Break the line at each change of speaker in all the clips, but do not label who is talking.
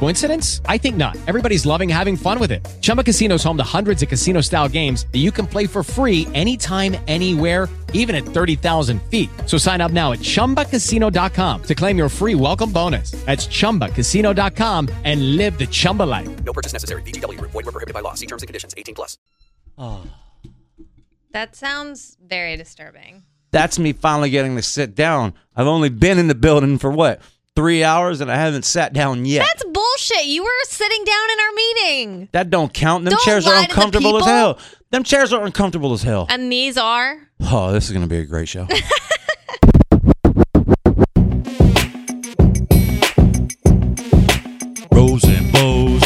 Coincidence? I think not. Everybody's loving having fun with it. Chumba Casino is home to hundreds of casino style games that you can play for free anytime, anywhere even at 30,000 feet. So sign up now at ChumbaCasino.com to claim your free welcome bonus. That's ChumbaCasino.com and live the Chumba life.
No purchase necessary. BGW. Void were prohibited by law. See terms and conditions. 18 plus.
That sounds very disturbing.
That's me finally getting to sit down. I've only been in the building for what, three hours, and I haven't sat down yet.
That's bullshit. You were sitting down in our meeting.
that don't count. Them
Don't
chairs are
lie to the
uncomfortable as
people.
hell. Them chairs are uncomfortable as hell.
And these are
oh, this is gonna be a great show. Rose and bows.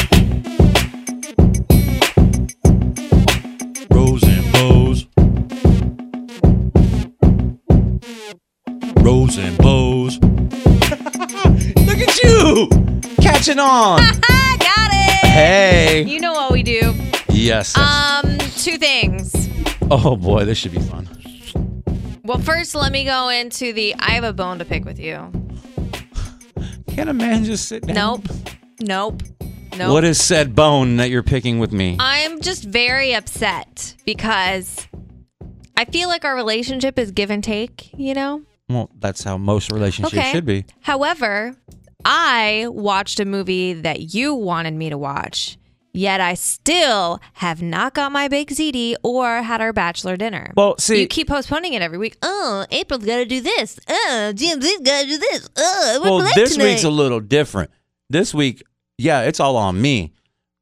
Rose and bows. Rose and bows. Look at you catching on.
I got it.
hey.
You know what we do.
Yes. that's-
Um, two things.
oh boy, this should be fun.
Well, first, let me go into the I have a bone to pick with you.
Can a man just sit down?
Nope. Nope. Nope.
What is said bone that you're picking with me?
I'm just very upset because I feel like our relationship is give and take, you know?
well, that's how most relationships
Okay.
should be.
However, I watched a movie that you wanted me to watch, yet I still have not got my baked ziti or had our bachelor dinner.
Well, see-
you keep postponing it every week. Oh, April's got to do this. Oh, Jim's got to do this. Oh, we're
Well,
late
this
tonight.
week's a little different. This week, yeah, it's all on me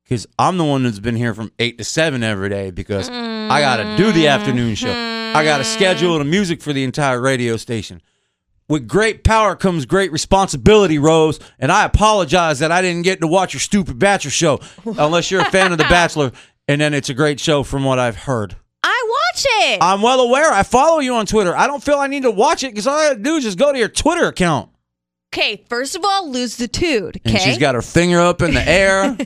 because I'm the one that's been here from eight to seven every day because I got to do the afternoon show. I got to schedule the music for the entire radio station. With great power comes great responsibility, Rose. And I apologize that I didn't get to watch your stupid Bachelor show, unless you're a fan of The Bachelor. And then it's a great show from what I've heard.
I watch it.
I'm well aware. I follow you on Twitter. I don't feel I need to watch it because all I gotta do is just go to your Twitter account.
okay, first of all, lose the tood.
And
Okay,
she's got her finger up in the air.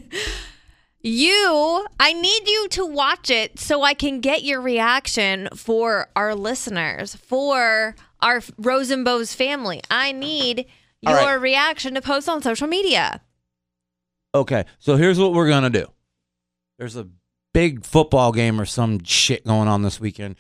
you. I need you to watch it so I can get your reaction for our listeners, for our Rosenbow's family. I need
All
your
right.
reaction to post on social media.
okay, so here's what we're gonna do. There's a big football game or some shit going on this weekend.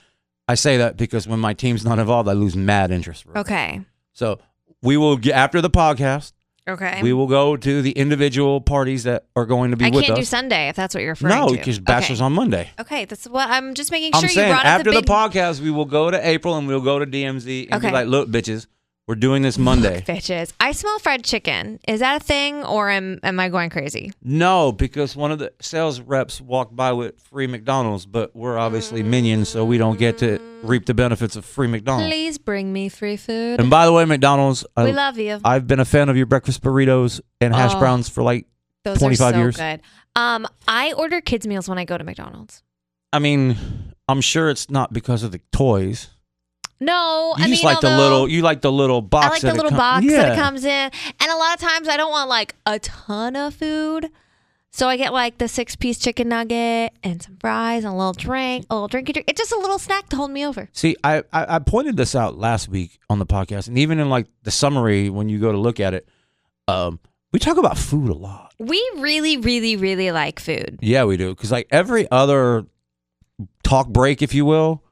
I say that because when my team's not involved, I lose mad interest. Rose.
Okay.
So we will get after the podcast.
Okay.
We will go to the individual parties that are going to be
I
with
can't do
us.
Sunday if that's what you're referring
no,
to.
because bachelor's on Monday.
okay. Okay, that's what I'm just making sure
I'm saying
you brought
after
up
the,
big
podcast, we will go to April and we'll go to DMZ and
Okay.
be like, "Look, bitches, we're doing this Monday."
bitches. I smell fried chicken. Is that a thing, or am am I going crazy?
no, because one of the sales reps walked by with free McDonald's, but we're obviously minions, so we don't get to reap the benefits of free McDonald's.
Mm. Please bring me free food.
And by the way, McDonald's,
we
Oh. I,
love you.
I've been a fan of your breakfast burritos and hash
Oh.
browns for like,
Those
25
are so
years.
good. Um, I order kids meals when I go to McDonald's.
I mean, I'm sure it's not because of the toys.
No,
You
I
just
mean,
like the
although-
little, you like the little box.
I like the
that it
little
come-
box that
Yeah.
it comes in. And a lot of times I don't want like a ton of food. So I get like the six piece chicken nugget and some fries and a little drink, a little drinky drink. It's just a little snack to hold me over.
See, I, I I pointed this out last week on the podcast, and even in like the summary when you go to look at it, um, we talk about food a lot.
We really, really, really like food.
Yeah, we do, because like every other talk break, if you will,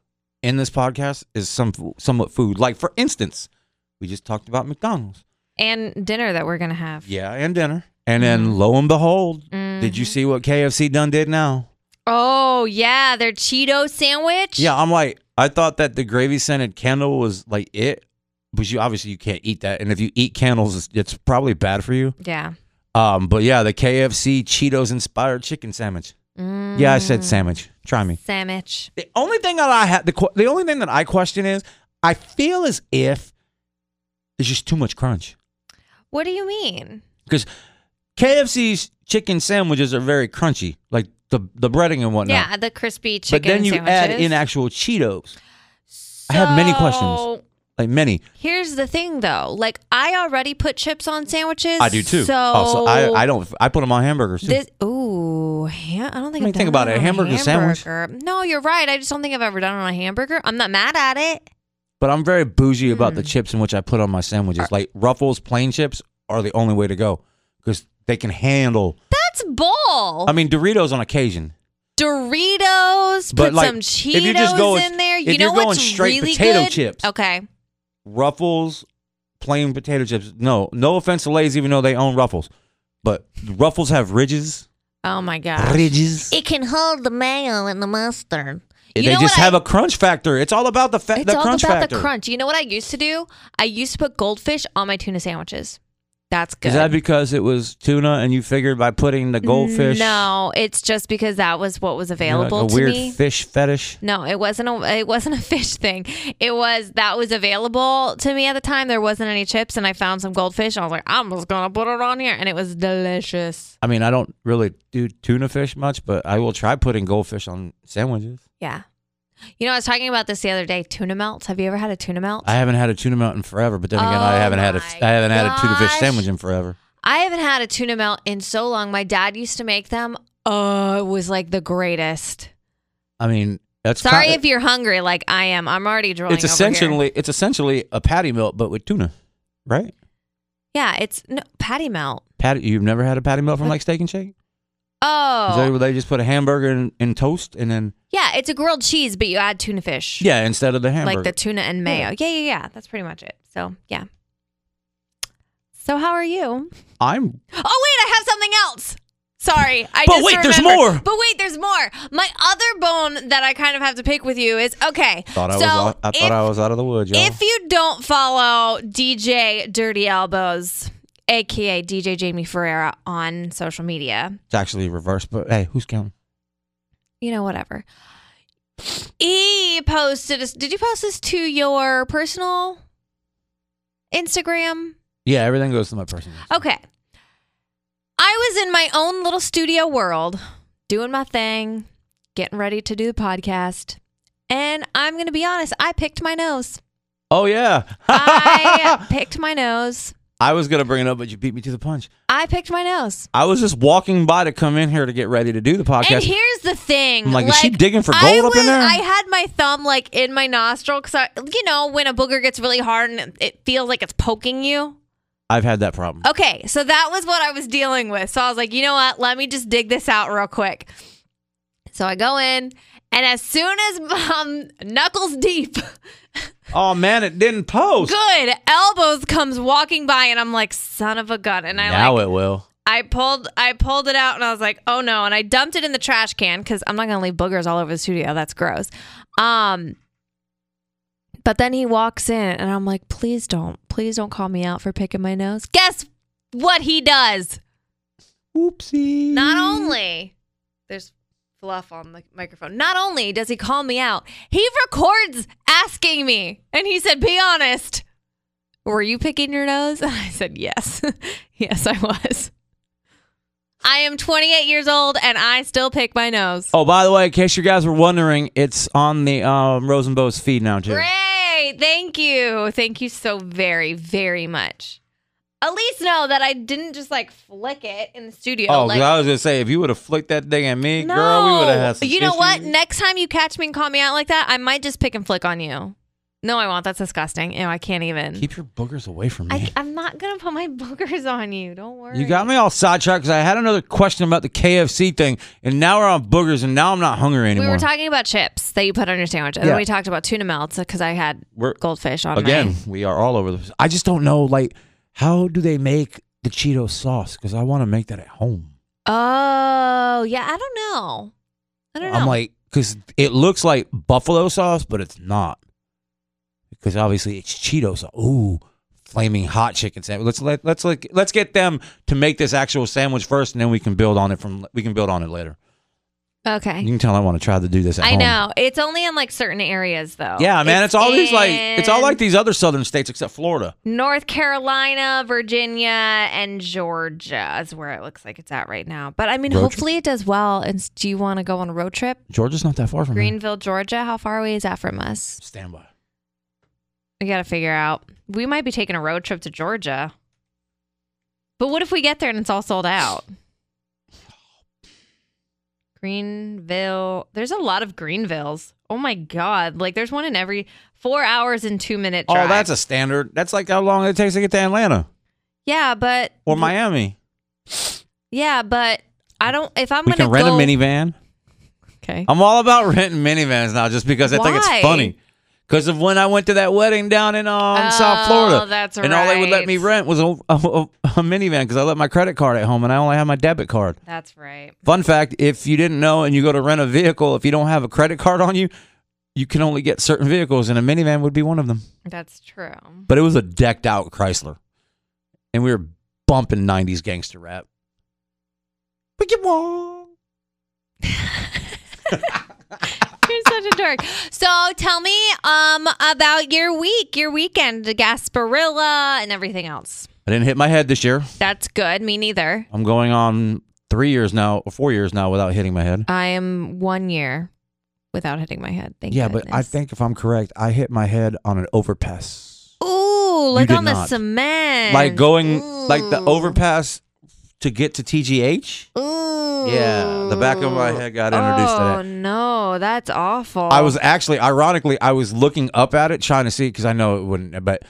in this podcast is some somewhat food. Like for instance, we just talked about McDonald's.
And dinner that we're going to have.
Yeah, and dinner, and then lo and behold, did you see what KFC done did now?
Oh, yeah. Their Cheeto sandwich.
Yeah, I'm like, I thought that the gravy scented candle was like it, but you obviously you can't eat that, and if you eat candles, it's, it's probably bad for you.
Yeah.
Um, but yeah, the KFC Cheetos inspired chicken sandwich. Yeah, I
Mm.
said sandwich. Try me.
Sandwich.
The only thing that I had the que- the only thing that I question is I feel as if there's just too much crunch
What do you mean?
because KFC's chicken sandwiches are very crunchy, like the the breading and whatnot.
Yeah, the crispy chicken
but then you
sandwiches.
add in actual Cheetos. I have many questions.
So,
like many.
Here's the thing, though. Like, I already put chips on sandwiches.
I do too.
So
also, I, I don't. I put them on hamburgers too.
This, ooh, ham, I don't think
I mean,
I've
think
done
about
it
it,
on
a hamburger sandwich.
hamburger. No, you're right. I just don't think I've ever done it on a hamburger. I'm not mad at it.
but I'm very bougie about
Hmm.
the chips and which I put on my sandwiches. Like Ruffles plain chips are the only way to go because they can handle.
That's bull.
I mean Doritos on occasion,
Doritos.
But,
put
like,
some
if
Cheetos
you just go with-
in there.
if
You know
you're going
what's
straight
really
potato
good?
chips.
Okay.
Ruffles plain potato chips. No, no offense to Lay's, even though they own Ruffles, but Ruffles have ridges.
Oh my gosh.
Ridges.
It can hold the mayo and the mustard. You
they
know
just
what I-
have a crunch factor. It's all about the, fa-
It's
the
all
crunch
about
factor.
the crunch. You know what I used to do? I used to put goldfish on my tuna sandwiches. That's good.
Is that because it was tuna and you figured by putting the goldfish?
No, it's just because that was what was
you know, like
available
a
to
weird
me.
fish fetish.
No, it wasn't a it wasn't a fish thing. It was that was available to me at the time. There wasn't any chips, and I found some goldfish. I was like, I'm just gonna put it on here, and it was delicious.
I mean, I don't really do tuna fish much, but I will try putting goldfish on sandwiches.
Yeah. You know, I was talking about this the other day. Tuna melts. Have you ever had a tuna melt?
I haven't had a tuna melt in forever, but then again, I
Oh
haven't had a
my
I haven't had a tuna fish
gosh.
sandwich in forever.
I haven't had a tuna melt in so long. My dad used to make them. Oh, it was like the greatest.
I mean, that's
Sorry
kind
if you're hungry, like I am. I'm already drooling.
it's
over here.
essentially it's essentially a patty melt, but with tuna, right?
yeah. It's no, patty melt.
Patty, you've never had a patty melt from like Steak and Shake?
Oh,
Is that where they just put a hamburger in, in toast and then
yeah. It's a grilled cheese, but you add tuna fish.
yeah, instead of the hamburger.
like the tuna and mayo. Yeah, yeah, yeah. That's pretty much it. So yeah. So how are you?
I'm
Oh wait, I have something else. Sorry, I
But
just
wait, there's
remembered.
more.
But wait, there's more. My other bone that I kind of have to pick with you is okay.
thought I
so
was out, I thought
if,
I was out of the woods, y'all.
if you don't follow DJ Dirty Elbows, aka DJ Jamie Ferreira, on social media,
It's actually reversed, but hey, who's counting?
you know, whatever. He posted this. Did you post this to your personal Instagram?
Yeah, everything goes to my person.
Okay. I was in my own little studio world doing my thing, getting ready to do the podcast. And I'm going to be honest, I picked my nose.
Oh yeah,
I picked my nose.
I was gonna bring it up, but you beat me to the punch.
I picked my nose.
I was just walking by to come in here to get ready to do the
And
podcast.
here's the thing.
I'm like, is she digging for gold
I
up in
was-
there?
I had my thumb like in my nostril because I, you know, when a booger gets really hard and it feels like it's poking you.
I've had that problem.
Okay, so that was what I was dealing with. So I was like, you know what? Let me just dig this out real quick. So I go in, and as soon as um, knuckles deep,
Oh man, it didn't post.
good elbows comes walking by, and I'm like, son of a gun. And I
Now
like,
it will.
I pulled I pulled it out and I was like, oh no, and I dumped it in the trash can because I'm not gonna leave boogers all over the studio. That's gross. Um but then he walks in and I'm like, please don't, please don't call me out for picking my nose. Guess what he does?
Oopsie.
Not only there's fluff on the microphone, not only does he call me out, he records asking me. And he said, Be honest. Were you picking your nose? And I said, Yes. yes, I was. I am 28 years old and I still pick my nose.
Oh, by the way, in case you guys were wondering, it's on the um, Rosenbo's feed now too.
Great. Thank you. Thank you so very, very much. At least know that I didn't just like flick it in the studio.
Oh, 'cause
like,
I was gonna say if you would have flicked that thing at me, girl, we would have had some.
You know what?
issues.
Next time you catch me and call me out like that, I might just pick and flick on you. No, I won't. That's disgusting. Ew, I can't even.
Keep your boogers away from
I,
me.
am not gonna put my boogers on you. Don't worry.
You got me all sidetracked because I had another question about the KFC thing, and now we're on boogers, and now I'm not hungry
We
anymore.
were talking about chips that you put on your sandwich, and
Yeah.
then we talked about tuna melts because I had
We're-
goldfish on
Again,
mine.
we are all over the place. I just don't know, like, how do they make the Cheeto sauce? Because I want to make that at home.
Oh yeah, I don't know. I don't know.
I'm like, because it looks like buffalo sauce, but it's not. Because obviously it's Cheeto sauce. Ooh, flaming hot chicken sandwich. Let's let let's like let's get them to make this actual sandwich first, and then we can build on it from we can build on it later. You
okay.
can tell I want to try to do this at
I
home.
know it's only in like certain areas though.
Yeah, man, it's, all these like it's all
in-
like these other southern states except Florida.
North Carolina, Virginia, and Georgia is where it looks like it's at right now. But I mean,
Road trip?
hopefully it does well. And s- do you want to go on a road trip?
Georgia's not that far from here.
Greenville, Georgia. How far away is that from us?
Stand by.
We got to figure out. We might be taking a road trip to Georgia. But what if we get there and it's all sold out? Greenville. There's a lot of Greenvilles. Oh my God. Like there's one in every four hours and two minute drive.
Oh, that's a standard. That's like how long it takes to get to Atlanta
Yeah, but.
or Miami.
Yeah, but I don't. If I'm
We
going to
can rent
go,
a minivan.
Okay.
I'm all about renting minivans now, just because I think
Why?
it's funny. Because of when I went to that wedding down in um,
Oh,
South Florida,
that's
and all they would let
right.
me rent was a, a, a, a minivan because I left my credit card at home and I only had my debit card.
That's right.
Fun fact: If you didn't know and you go to rent a vehicle, if you don't have a credit card on you, you can only get certain vehicles, and a minivan would be one of them.
That's true.
But it was a decked out Chrysler, and we were bumping '90s gangster rap. But you won't.
You're such a dork. So tell me um about your week, your weekend, Gasparilla and everything else.
I didn't hit my head this year.
That's good. Me neither.
I'm going on three years now, or four years now, without hitting my head.
I am one year without hitting my head. Thank
yeah, but I
goodness.
think if I'm correct, I hit my head on an overpass.
Ooh, like
did
on the
not.
cement.
Like going, like the
Ooh.
overpass to get to TGH.
Ooh.
Yeah, the back of my head got introduced to
oh,
that.
no, that's awful.
I was actually, ironically, I was looking up at it trying to see because I know it wouldn't, but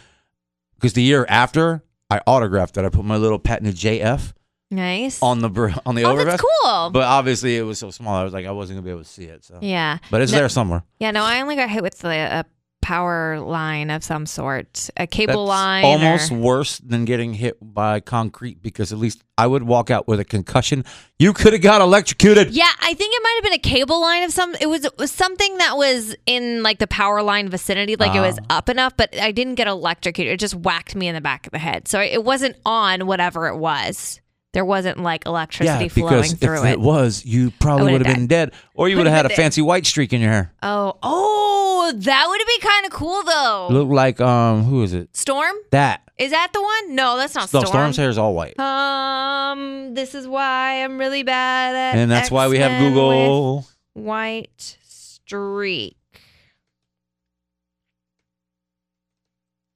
because the year after I autographed it, I put my little patented JF
nice.
on the br- on the
oh,
overpass.
that's cool.
But obviously, it was so small. I was like, I wasn't gonna be able to see it. So,
yeah.
but it's
No-
there somewhere.
Yeah, no, I only got hit with the uh, power line of some sort, a cable
That's
line. or-
almost worse than getting hit by concrete because at least I would walk out with a concussion. You could have got electrocuted.
Yeah, I think it might have been a cable line of some. It was, it was something that was in like the power line vicinity, like it was
Ah.
up enough, but I didn't get electrocuted. It just whacked me in the back of the head, so it wasn't on whatever it was. There wasn't like electricity flowing
because if
through
it.
it.
was, you probably
would've
would have been dead, or you would have had a
been dead.
fancy white streak in your hair.
oh, oh, that would be kind of cool though.
Look like um, who is it?
Storm
That
is that the one? No, that's not
no,
storm.
Storm's hair is all white,
Um, this is why I'm really bad at.
and that's why we have
X-Men with
Google.
White streak.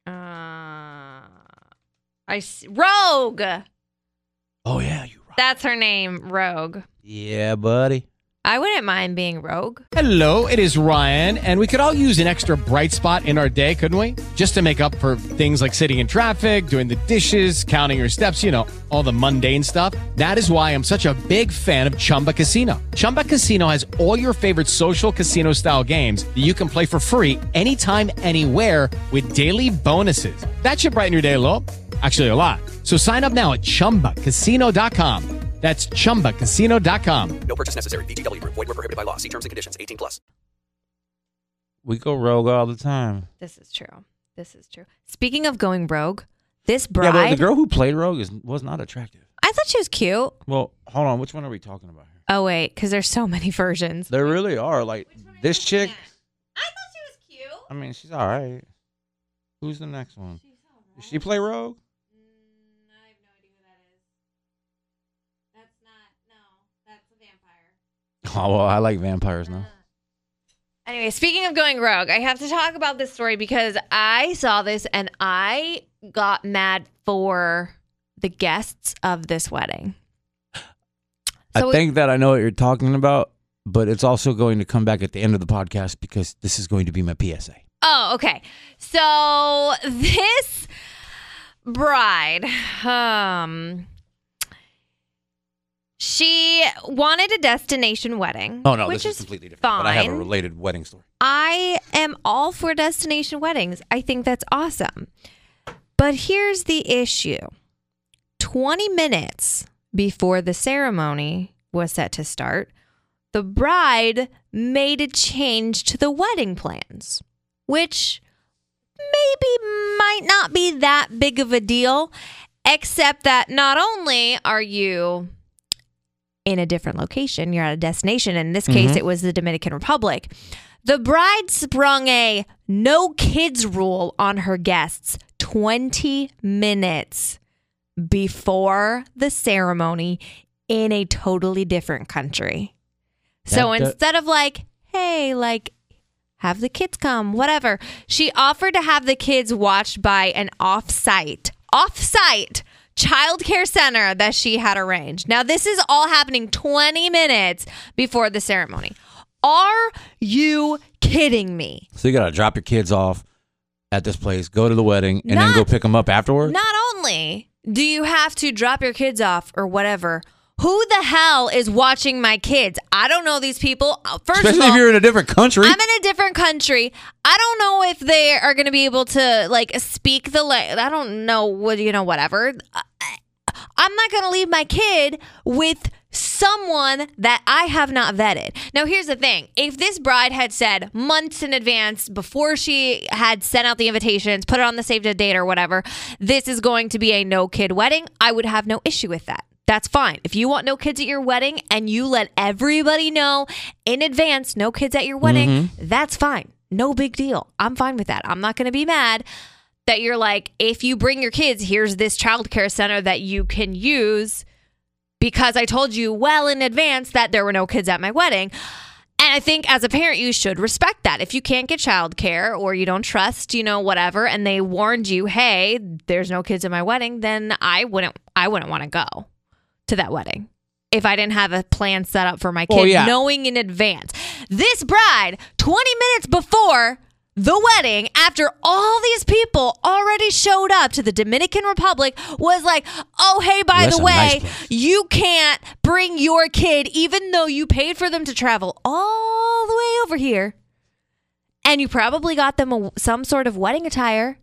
Uh, I s- Rogue.
Oh yeah, you right.
That's her name, Rogue.
Yeah, buddy.
I wouldn't mind being Rogue.
Hello, it is Ryan, and we could all use an extra bright spot in our day, couldn't we? Just to make up for things like sitting in traffic, doing the dishes, counting your steps, you know, all the mundane stuff. That is why I'm such a big fan of Chumba Casino. Chumba Casino has all your favorite social casino style games that you can play for free anytime, anywhere with daily bonuses. That should brighten your day, a little. Actually, a lot. So sign up now at chumbacasino.com. That's chumbacasino.com.
No purchase necessary. VGW Group. Void were prohibited by law. See terms and conditions. 18 plus.
We go rogue all the time.
This is true. This is true. Speaking of going Rogue, this
Yeah,
bride.
but the girl who played rogue is, was not attractive.
I thought she was cute.
Well, hold on. Which one are we talking about here?
Oh wait, because there's so many versions.
There really are. Like this chick.
I thought she was cute.
I mean, she's all right. Who's the next one? Does she play Rogue?
Mm, I have no idea who that is. That's not. No, that's a vampire.
Oh, well, I like vampires now.
Uh, Anyway, speaking of going rogue, I have to talk about this story because I saw this and I got mad for the guests of this wedding. So
I
it-
think that I know what you're talking about, but it's also going to come back at the end of the podcast because this is going to be my PSA.
Oh, okay. So this bride, um, she wanted a destination wedding.
Oh no,
which
this is,
is
completely different.
Fine.
But I have a related wedding story.
I am all for destination weddings. I think that's awesome. But here's the issue 20 minutes before the ceremony was set to start, the bride made a change to the wedding plans, which maybe might not be that big of a deal, except that not only are you in a different location, you're at a destination. In this case, it was the Dominican Republic. The bride sprung a no kids rule on her guests 20 minutes before the ceremony in a totally different country. So
That- that-
instead of like, hey, like, have the kids come, whatever. She offered to have the kids watched by an off-site, off-site childcare center that she had arranged. Now, this is all happening 20 minutes before the ceremony. Are you kidding me?
So you gotta drop your kids off at this place, go to the wedding, and then go
Not-
pick them up afterwards.
Not only do you have to drop your kids off or whatever, who the hell is watching my kids? I don't know these people. Uh, First
Especially
of all,
if you're in a different country.
I'm in a different country. I don't know if they are going to be able to like speak the language. I don't know what you know. Whatever. Uh, I- I- I'm not going to leave my kid with someone that I have not vetted. Now, here's the thing: if this bride had said months in advance before she had sent out the invitations, put it on the save to date or whatever, this is going to be a no kid wedding. I would have no issue with that. That's fine. If you want no kids at your wedding and you let everybody know in advance, no kids at your wedding, that's fine. No big deal. I'm fine with that. I'm not going to be mad that you're like, if you bring your kids, here's this childcare center that you can use because I told you well in advance that there were no kids at my wedding. And I think as a parent, you should respect that. If you can't get childcare or you don't trust, you know, whatever, and they warned you, hey, there's no kids at my wedding, then I wouldn't, I wouldn't want to go to that wedding if I didn't have a plan set up for my kid,
Oh, yeah.
knowing in advance. This bride, 20 minutes before the wedding, after all these people already showed up to the Dominican Republic, was like, oh, hey, by
That's
the
a nice
way,
place.
you can't bring your kid, even though you paid for them to travel all the way over here and you probably got them a, some sort of wedding attire.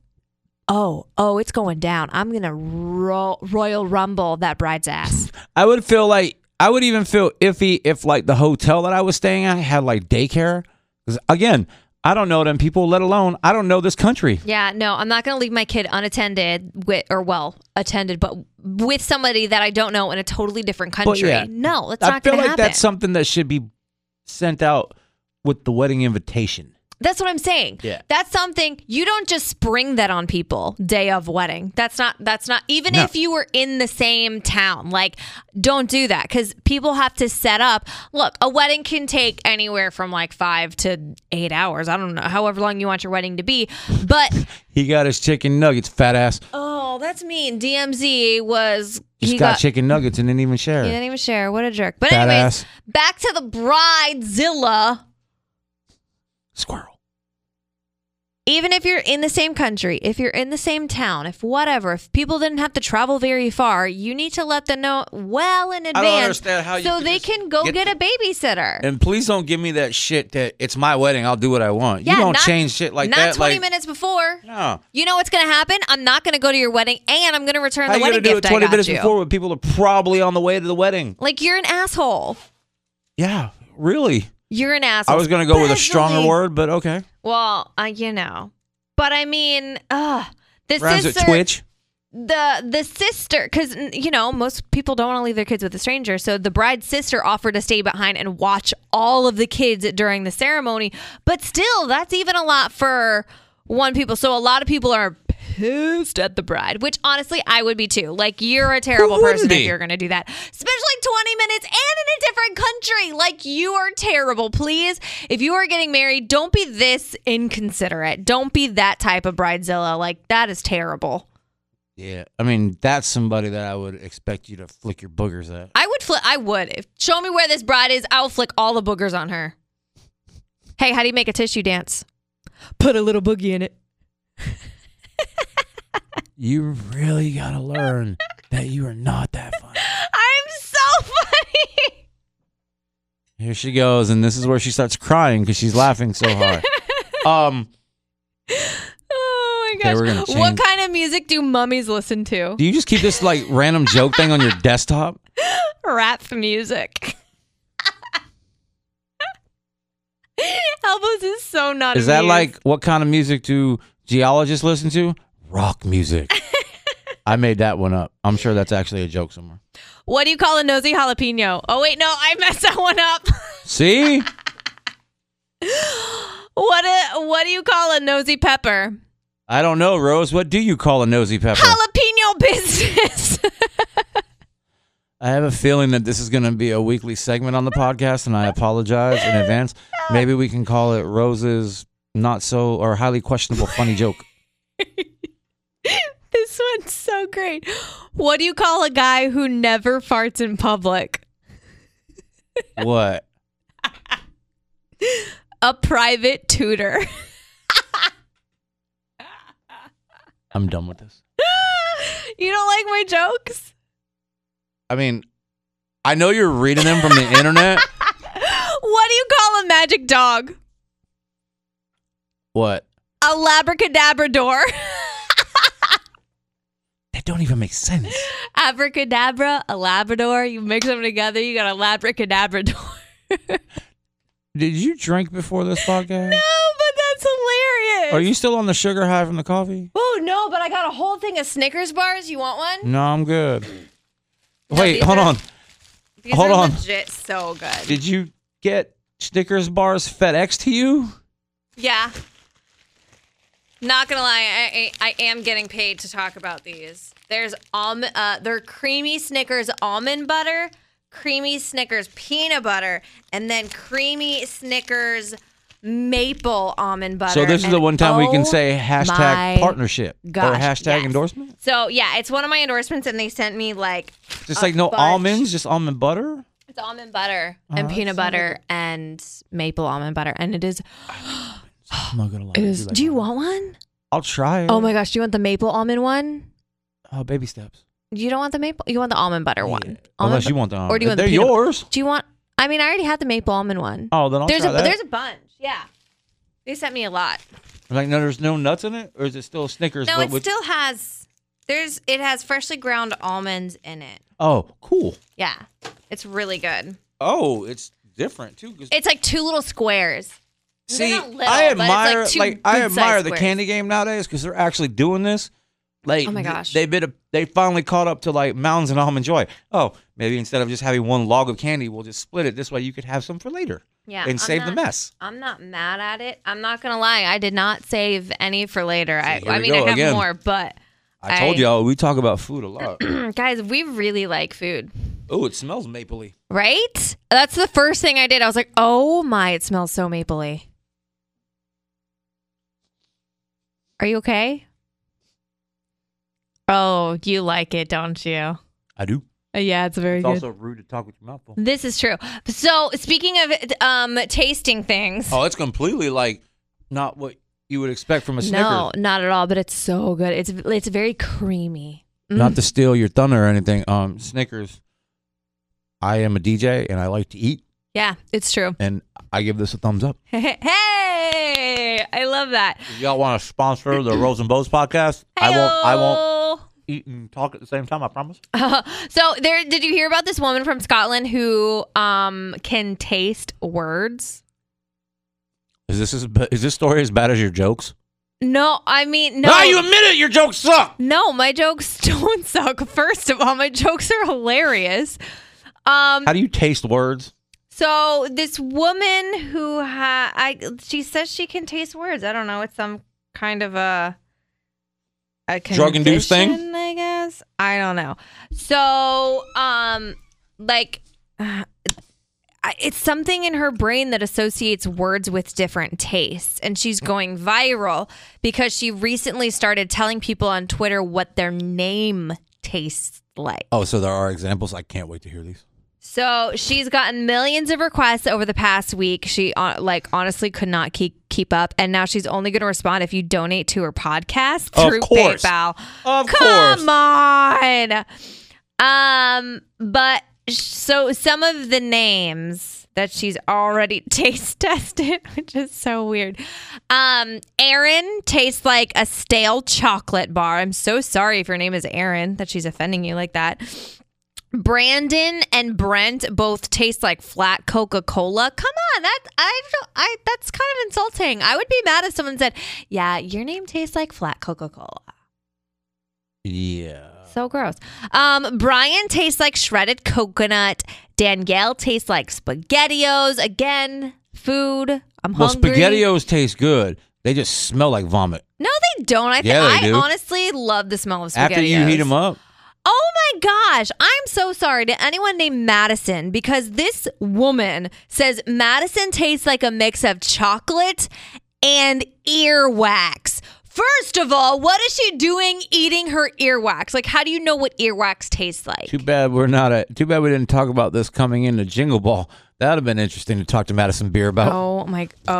Oh, oh, it's going down. I'm going to ro- Royal Rumble that bride's ass.
I would feel like I would even feel iffy if like the hotel that I was staying at had like daycare. 'Cause, again, I don't know them people, let alone I don't know this country.
yeah, no, I'm not going to leave my kid unattended with, or well, attended, but with somebody that I don't know in a totally different country.
yeah,
no, that's
I
not
feel
going
like
to happen.
that's something that should be sent out with the wedding invitation.
That's what I'm saying.
Yeah.
That's something you don't just spring that on people day of wedding. That's not that's not even
No.
if you were in the same town. Like don't do that cuz people have to set up. Look, a wedding can take anywhere from like 5 to 8 hours. I don't know however long you want your wedding to be, but
He got his chicken nuggets, fat ass.
oh, that's mean. DMZ was
Just
he
got,
got
chicken nuggets and didn't even share.
he didn't even share. What a jerk. But
Fat
anyways,
ass.
back to the bridezilla.
Squirrel.
even if you're in the same country, if you're in the same town, if whatever, if people didn't have to travel very far, you need to let them know well in advance
understand how you
so
could
they
just
can go
get
get, a babysitter.
And please don't give me that shit that it's my wedding, I'll do what I want. you don't
not-
change shit like
not
that.
20
like,
minutes before.
No.
You know what's going to happen? I'm not going to go to your wedding and I'm going to return
How
the
you gonna
wedding
do it
gift I
20
got
minutes
you.
before when people are probably on the way to the wedding?
Like you're an asshole.
Yeah, really.
You're an asshole.
I was gonna go with a stronger
Especially-
word, but okay.
Well, uh, you know. But I mean, ugh. This
Rhymes
is
with twitch.
the the sister because you know most people don't want to leave their kids with a stranger so the bride's sister offered to stay behind and watch all of the kids during the ceremony but still that's even a lot for one people so a lot of people are pissed at the bride which honestly i would be too like you're a terrible
wouldn't
person
be?
if you're gonna do that especially 20 minutes and in a different country like you are terrible please if you are getting married don't be this inconsiderate don't be that type of bridezilla like that is terrible
Yeah, I mean that's somebody that I would expect you to flick your boogers at.
I would flip. I would. If show me where this bride is, I'll flick all the boogers on her. Hey, how do you make a tissue dance? Put a little boogie in it.
You really gotta learn that you are not that funny.
I'm so funny.
Here she goes, and this is where she starts crying because she's laughing so hard. Um,
oh my
Okay, we're
gosh.
gonna
what
change-
kind of music do mummies listen to?
do you just keep this like random joke thing on your desktop?
Rap music. Elbows is so not.
Is that
amused.
like what kind of music do geologists listen to? Rock music. I made that one up. I'm sure that's actually a joke somewhere.
what do you call a nosy jalapeno? Oh wait, no, I messed that one up.
See?
what a, what do you call a nosy pepper?
I don't know, Rose. What do you call a nosy pepper?
Jalapeno business.
I have a feeling that this is going to be a weekly segment on the podcast, and I apologize in advance. Maybe we can call it Rose's not so or highly questionable funny joke.
This one's so great. What do you call a guy who never farts in public?
What?
A private tutor.
I'm done with this.
you don't like my jokes?
I mean, I know you're reading them from the internet.
What do you call a magic dog?
What?
A labracadabrador.
That don't even make sense.
Abracadabra, a labrador. You mix them together, you got a labracadabrador.
Did you drink before this podcast?
Oh, but that's hilarious.
Are you still on the sugar high from the coffee?
Oh, no, but I got a whole thing of Snickers bars. You want one?
No, I'm good. Wait,
these
hold
are-
on.
These
Hold
are
on.
legit so good.
Did you get Snickers bars FedEx to you?
Yeah. Not gonna lie, I, I, I am getting paid to talk about these. There's almond, uh, they're creamy Snickers almond butter, creamy Snickers peanut butter, and then creamy Snickers maple almond butter.
So this is the
And
one time we
oh
can say hashtag
my
partnership or
gosh,
hashtag
yes.
endorsement.
So yeah, it's one of my endorsements, and they sent me like
Just
A
like no
bunch.
almonds, just almond butter.
it's almond butter and
that
peanut
sounds
butter and maple almond butter, and it is.
I'm not gonna lie.
It is
like
do you
almonds.
want one?
I'll try it.
Oh my gosh, do you want the maple almond one?
Oh, baby steps.
You don't want the maple. You want the almond butter one.
Yeah.
Almond
Unless
bu-
you want the almond.
Or do you want
They're
the peanut-
yours.
Do you want? I mean, I already had the maple almond one.
Oh, then I'll
there's
try
a
that.
there's a bunch. Yeah, they sent me a lot.
like no, there's no nuts in it, or is it still Snickers?
No,
but
it
with-
still has. There's it has freshly ground almonds in it.
Oh, cool.
Yeah, it's really good.
Oh, it's different too. 'cause-
It's like two little squares. They're
See,
not little,
I
but it's
admire
like two
I
good-sized
admire the
squares.
candy game nowadays because they're actually doing this. Like,
Oh my
th-
gosh.
they've been a, they finally caught up to like mountains and almond joy. Oh, maybe instead of just having one log of candy, we'll just split it this way. You could have some for later.
Yeah,
and
I'm
save the
not-
mess.
I'm not mad at it. I'm not gonna lie. I did not save any for later. I,
here
I
we
mean,
go
I have
again.
more, but
I told
I-
y'all we talk about food a lot.
guys, we really like food,
oh, it smells mapley.
right? That's the first thing I did. I was like, oh my, it smells so mapley. Are you okay? Oh, you like it, don't you? Uh,
I do.
Yeah, it's very
It's also rude to talk with your mouth full.
this is true. So, speaking of um, tasting things,
Oh, it's completely like not what you would expect from a Snickers.
no, not at all. But it's so good. It's it's very creamy. Mm,
Not to steal your thunder or anything. Um, Snickers. I am a DJ and I like to eat,
Yeah, it's true.
and I give this a thumbs up.
hey, I love that.
If y'all want to sponsor the Rose and Bows podcast, I won't. I won't eat and talk at the same time. I promise.
Heyo. So there, did you hear about this woman from Scotland who um can taste words?
Is this as, ba- is this story as bad as your jokes?
No, I mean no.
Ah, you admit it. Your jokes suck.
no, my jokes don't suck. First of all, my jokes are hilarious. Um,
How do you taste words?
So this woman who ha- I she says she can taste words. I don't know. It's some kind of a, a
Drug-induced thing?
condition, I guess. I don't know. So um, like. uh, I- It's something in her brain that associates words with different tastes. And she's going viral because she recently started telling people on Twitter what their name tastes like.
Oh, so there are examples. I can't wait to hear these.
So she's gotten millions of requests over the past week. She uh, like honestly could not keep keep up, and now she's only going to respond if you donate to her podcast
Of
through
course.
PayPal.
Of
Come on. Um, but sh- so some of the names that she's already taste tested, which is so weird. Um, Erin tastes like a stale chocolate bar. I'm so sorry if your name is Erin that she's offending you like that. Brandon and Brent both taste like flat Coca-Cola. Come on, that I don't I that's kind of insulting. I would be mad if someone said, "Yeah, your name tastes like flat Coca-Cola."
Yeah.
So gross. Um, Brian tastes like shredded coconut. Danielle tastes like spaghettios. Again, food. I'm
Well,
hungry.
spaghettios taste good. They just smell like vomit.
No, they don't. I think
Yeah, they
I
do.
honestly love the smell of spaghettios.
After you heat them up,
Oh my gosh. I'm so sorry to anyone named Madison because this woman says Madison tastes like a mix of chocolate and earwax. First of all, what is she doing eating her earwax? Like, how do you know what earwax tastes like?
Too bad we're not a. Too bad we didn't talk about this coming into Jingle Ball. That'd have been interesting to talk to Madison Beer about.
oh my! Oh.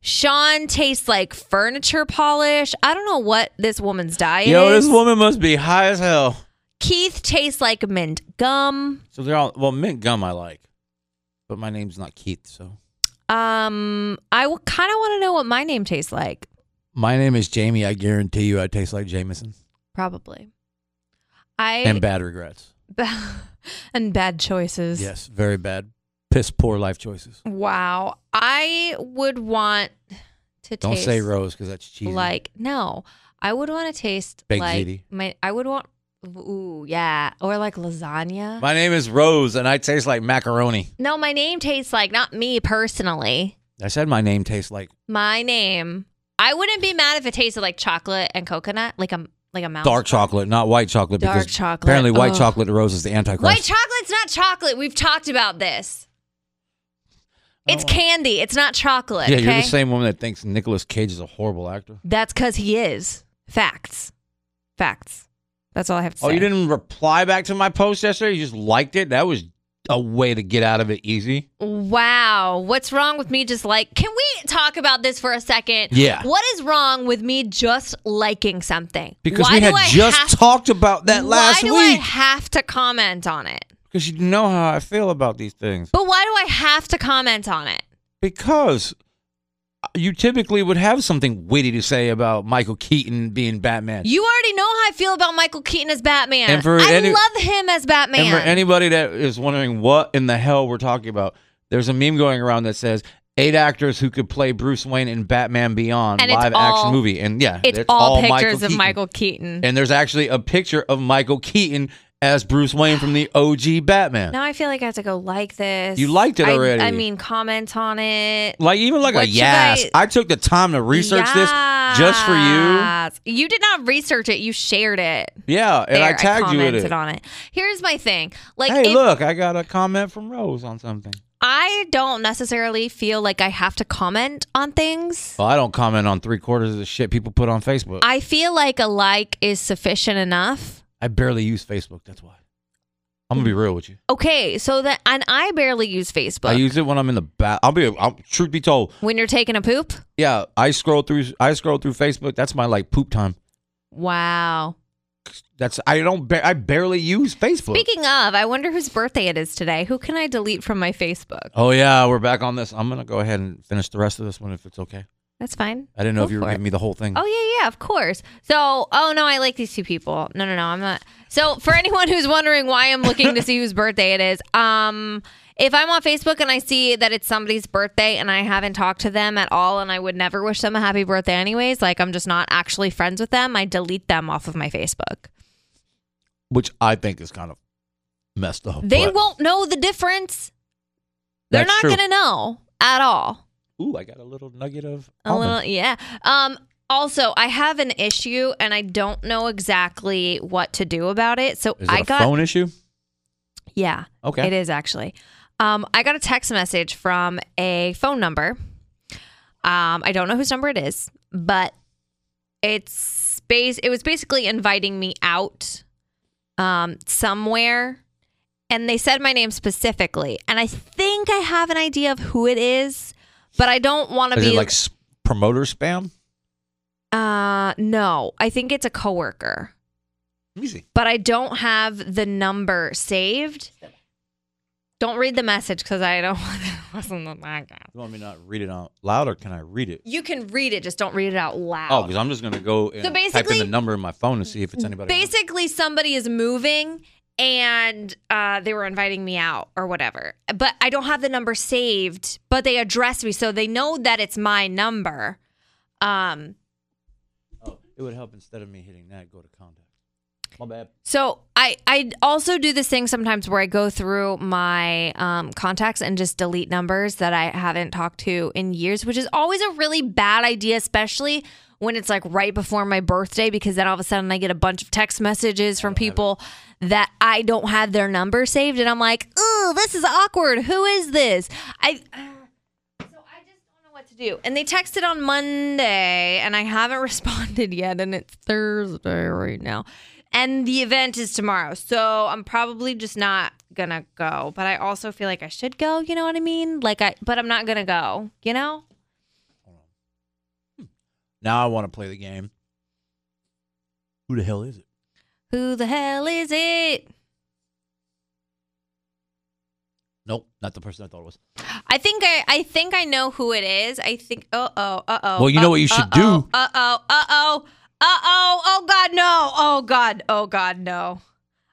Sean tastes like furniture polish. I don't know what this woman's diet
Yo,
is.
this woman must be high as hell.
Keith tastes like mint gum.
So they're all well, mint gum I like, but my name's not Keith, so
Um, I w- kind of want to know what my name tastes like.
my name is Jamie. I guarantee you, I taste like Jameson
Probably. I
and bad regrets.
and bad choices.
Yes, very bad, piss poor life choices.
Wow. I would want to
Don't
taste
say rose because that's cheesy.
like no. I would want to taste
Baked
like
ziti.
my I would want ooh, yeah, or like lasagna.
my name is Rose, and I taste like macaroni.
no, my name tastes like not me personally.
I said my name tastes like
My name. I wouldn't be mad if it tasted like chocolate and coconut, like a like a mountain.
dark chocolate, not white chocolate.
Dark
because
chocolate.
Apparently, white
Ugh.
chocolate to Rose is the antichrist.
White chocolate's not chocolate. We've talked about this. It's candy. It's not chocolate.
yeah,
okay?
you're the same woman that thinks Nicolas Cage is a horrible actor.
That's because he is. Facts. Facts. That's all I have to say.
Oh, you didn't reply back to my post yesterday. You just liked it. That was a way to get out of it easy.
Wow. What's wrong with me just like can we talk about this for a second?
Yeah.
What is wrong with me just liking something?
Because
Why
we
do
had
I
just
have-
talked about that last
Why do I
week.
have to comment on it?
Because you know how I feel about these things.
But why do I have to comment on it?
Because you typically would have something witty to say about Michael Keaton being Batman.
You already know how I feel about Michael Keaton as Batman.
And for
I
any-
love him as Batman.
And for anybody that is wondering what in the hell we're talking about, there's a meme going around that says eight actors who could play Bruce Wayne in Batman Beyond
And it's
live
all-
action movie. And yeah,
it's, all,
Michael
pictures
Keaton.
of Michael Keaton.
And there's actually a picture of Michael Keaton as Bruce Wayne from the OG Batman.
Now I feel like I have to go like this.
You liked it
I-
already.
I, mean, comment on it.
like even like
What
a
should
yes.
I-
I, took the time to research this just for you.
Yes. You did not research it. You shared it.
Yeah, and I
There,
tagged you
commented
with it.
on it. Here's my thing. Like,
hey,
if
look, I got a comment from Rose on something.
I don't necessarily feel like I have to comment on things.
Well, I don't comment on three quarters of the shit people put on Facebook. I,
I feel like a like is sufficient enough.
barely use Facebook. That's why. I'm gonna be real with you.
Okay, so that and I barely use Facebook.
I use it when I'm in the bath. I'll be. I'll, truth be told,
when you're taking a poop.
yeah, I scroll through. I scroll through Facebook. That's my like poop time.
Wow.
That's I don't. Ba- I barely use Facebook.
Speaking of, I wonder whose birthday it is today. Who can I delete from my Facebook?
Oh yeah, we're back on this. I'm gonna go ahead and finish the rest of this one if it's okay.
That's fine.
I didn't know
Go
if you were
for it.
giving me the whole thing.
Oh yeah, yeah, of course. So, oh no, I like these two people. No, no, no, I'm not. So, for anyone who's wondering why I'm looking to see whose birthday it is, um, if I'm on Facebook and I see that it's somebody's birthday and I haven't talked to them at all, and I would never wish them a happy birthday anyways, like I'm just not actually friends with them, I delete them off of my Facebook.
Which I think is kind of messed up.
They
but-
won't know the difference. They're
That's
not
true.
gonna know at all.
Ooh, I got a little nugget of.
A
almond.
little, yeah. Um, also, I have an issue and I don't know exactly what to do about it. So
Is it
I
a
got,
phone issue?
yeah,
Okay.
it is actually. Um, I got a text message from a phone number. Um, I don't know whose number it is, but it's base. It was basically inviting me out, um, somewhere, and they said my name specifically, and I think I have an idea of who it is, but I don't want to
Is
be
it like s- promoter spam?
Uh, no, I think it's a coworker,
Let me see.
but I don't have the number saved. Don't read the message because I don't want to listen to that guy.
You want me to not read it out loud, or can I read it?
You can read it, just don't read it out loud.
Oh, because I'm just gonna go and type in
basically-
the number in my phone and see if it's anybody. I know.
Basically, somebody is moving and uh, they were inviting me out or whatever. But I don't have the number saved, but they address me, so they know that it's my number. Um,
Oh, it would help instead of me hitting that, go to contact. My bad.
So I I also do this thing sometimes where I go through my um, contacts and just delete numbers that I haven't talked to in years, which is always a really bad idea, especially when it's like right before my birthday, because then all of a sudden I get a bunch of text messages from people that I don't have their number saved, and I'm like, oh, this is awkward. Who is this? I so I just don't know what to do. And they texted on Monday, and I haven't responded yet, and it's Thursday right now. And the event is tomorrow. So I'm probably just not gonna go. But I also feel like I should go, you know what I mean? Like I but I'm not gonna go, you know?
Now I want to play the game. Who the hell is it?
Who the hell is it?
Nope, not the person I thought it was.
I think I I think I know who it is. I think uh oh, uh oh.
Well, you know what you should do.
Uh oh, uh oh, uh oh, oh god no. Oh god, oh god no.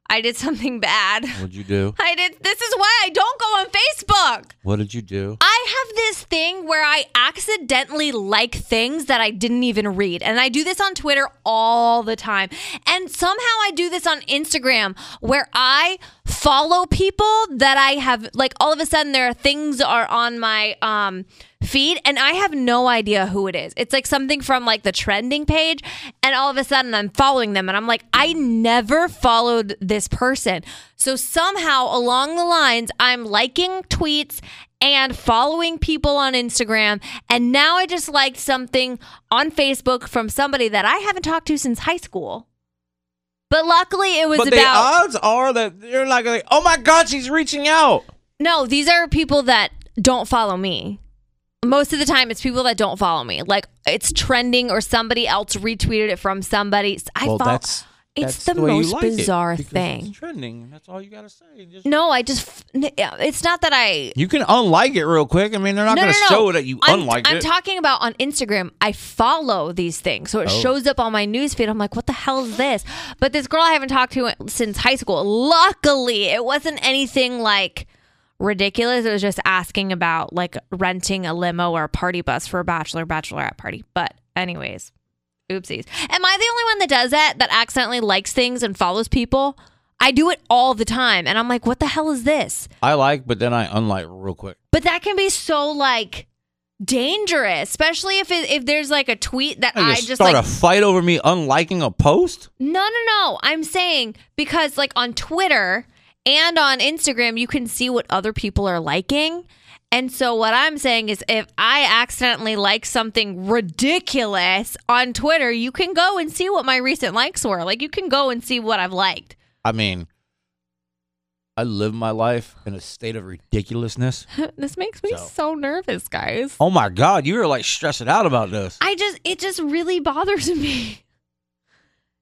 I did something bad.
What'd you do?
I did. This is why I don't go on Facebook.
What did you do?
I have this thing where I accidentally like things that I didn't even read. And I do this on Twitter all the time. And somehow I do this on Instagram where I follow people that I have like all of a sudden there are things are on my um feed and I have no idea who it is. It's like something from like the trending page and all of a sudden I'm following them and I'm like I never followed this person. So somehow along the lines I'm liking tweets and following people on Instagram and now I just liked something on Facebook from somebody that I haven't talked to since high school. But luckily it was
But the
about
odds are that you're not going to, oh my God, she's reaching out.
No, these are people that don't follow me. Most of the time, it's people that don't follow me. Like it's trending or somebody else retweeted it from somebody. S- I
well,
follow.
that's,
it's
that's
the,
way you
most
like it,
bizarre
because
thing.
It's trending, and that's all you got to say. Just-
no, I just. f- n- yeah, It's not that I.
You can unlike it real quick. I mean, they're not
no,
going
no,
to
no.
show that you
I'm,
unliked
I'm
it.
talking about on Instagram. I follow these things, so it
Oh.
shows up on my newsfeed. I'm like, what the hell is this? But this girl I haven't talked to since high school. Luckily, it wasn't anything like ridiculous. It was just asking about like renting a limo or a party bus for a bachelor bachelorette party. But anyways, oopsies. Am I the only one that does that? That accidentally likes things and follows people? I do it all the time, and I'm like, what the hell is this?
I like, but then I unlike real quick.
But that can be so like dangerous, especially if it, if there's like a tweet that
I
I
just
just
start
like
a fight over me unliking a post.
no no no. I'm saying because like on Twitter and on Instagram you can see what other people are liking. And so what I'm saying is if I accidentally like something ridiculous on Twitter, you can go and see what my recent likes were. Like you can go and see what I've liked.
I mean, I live my life in a state of ridiculousness.
this makes me
So-
so nervous, guys.
Oh my God, you were like stressing out about this.
I just it just really bothers me.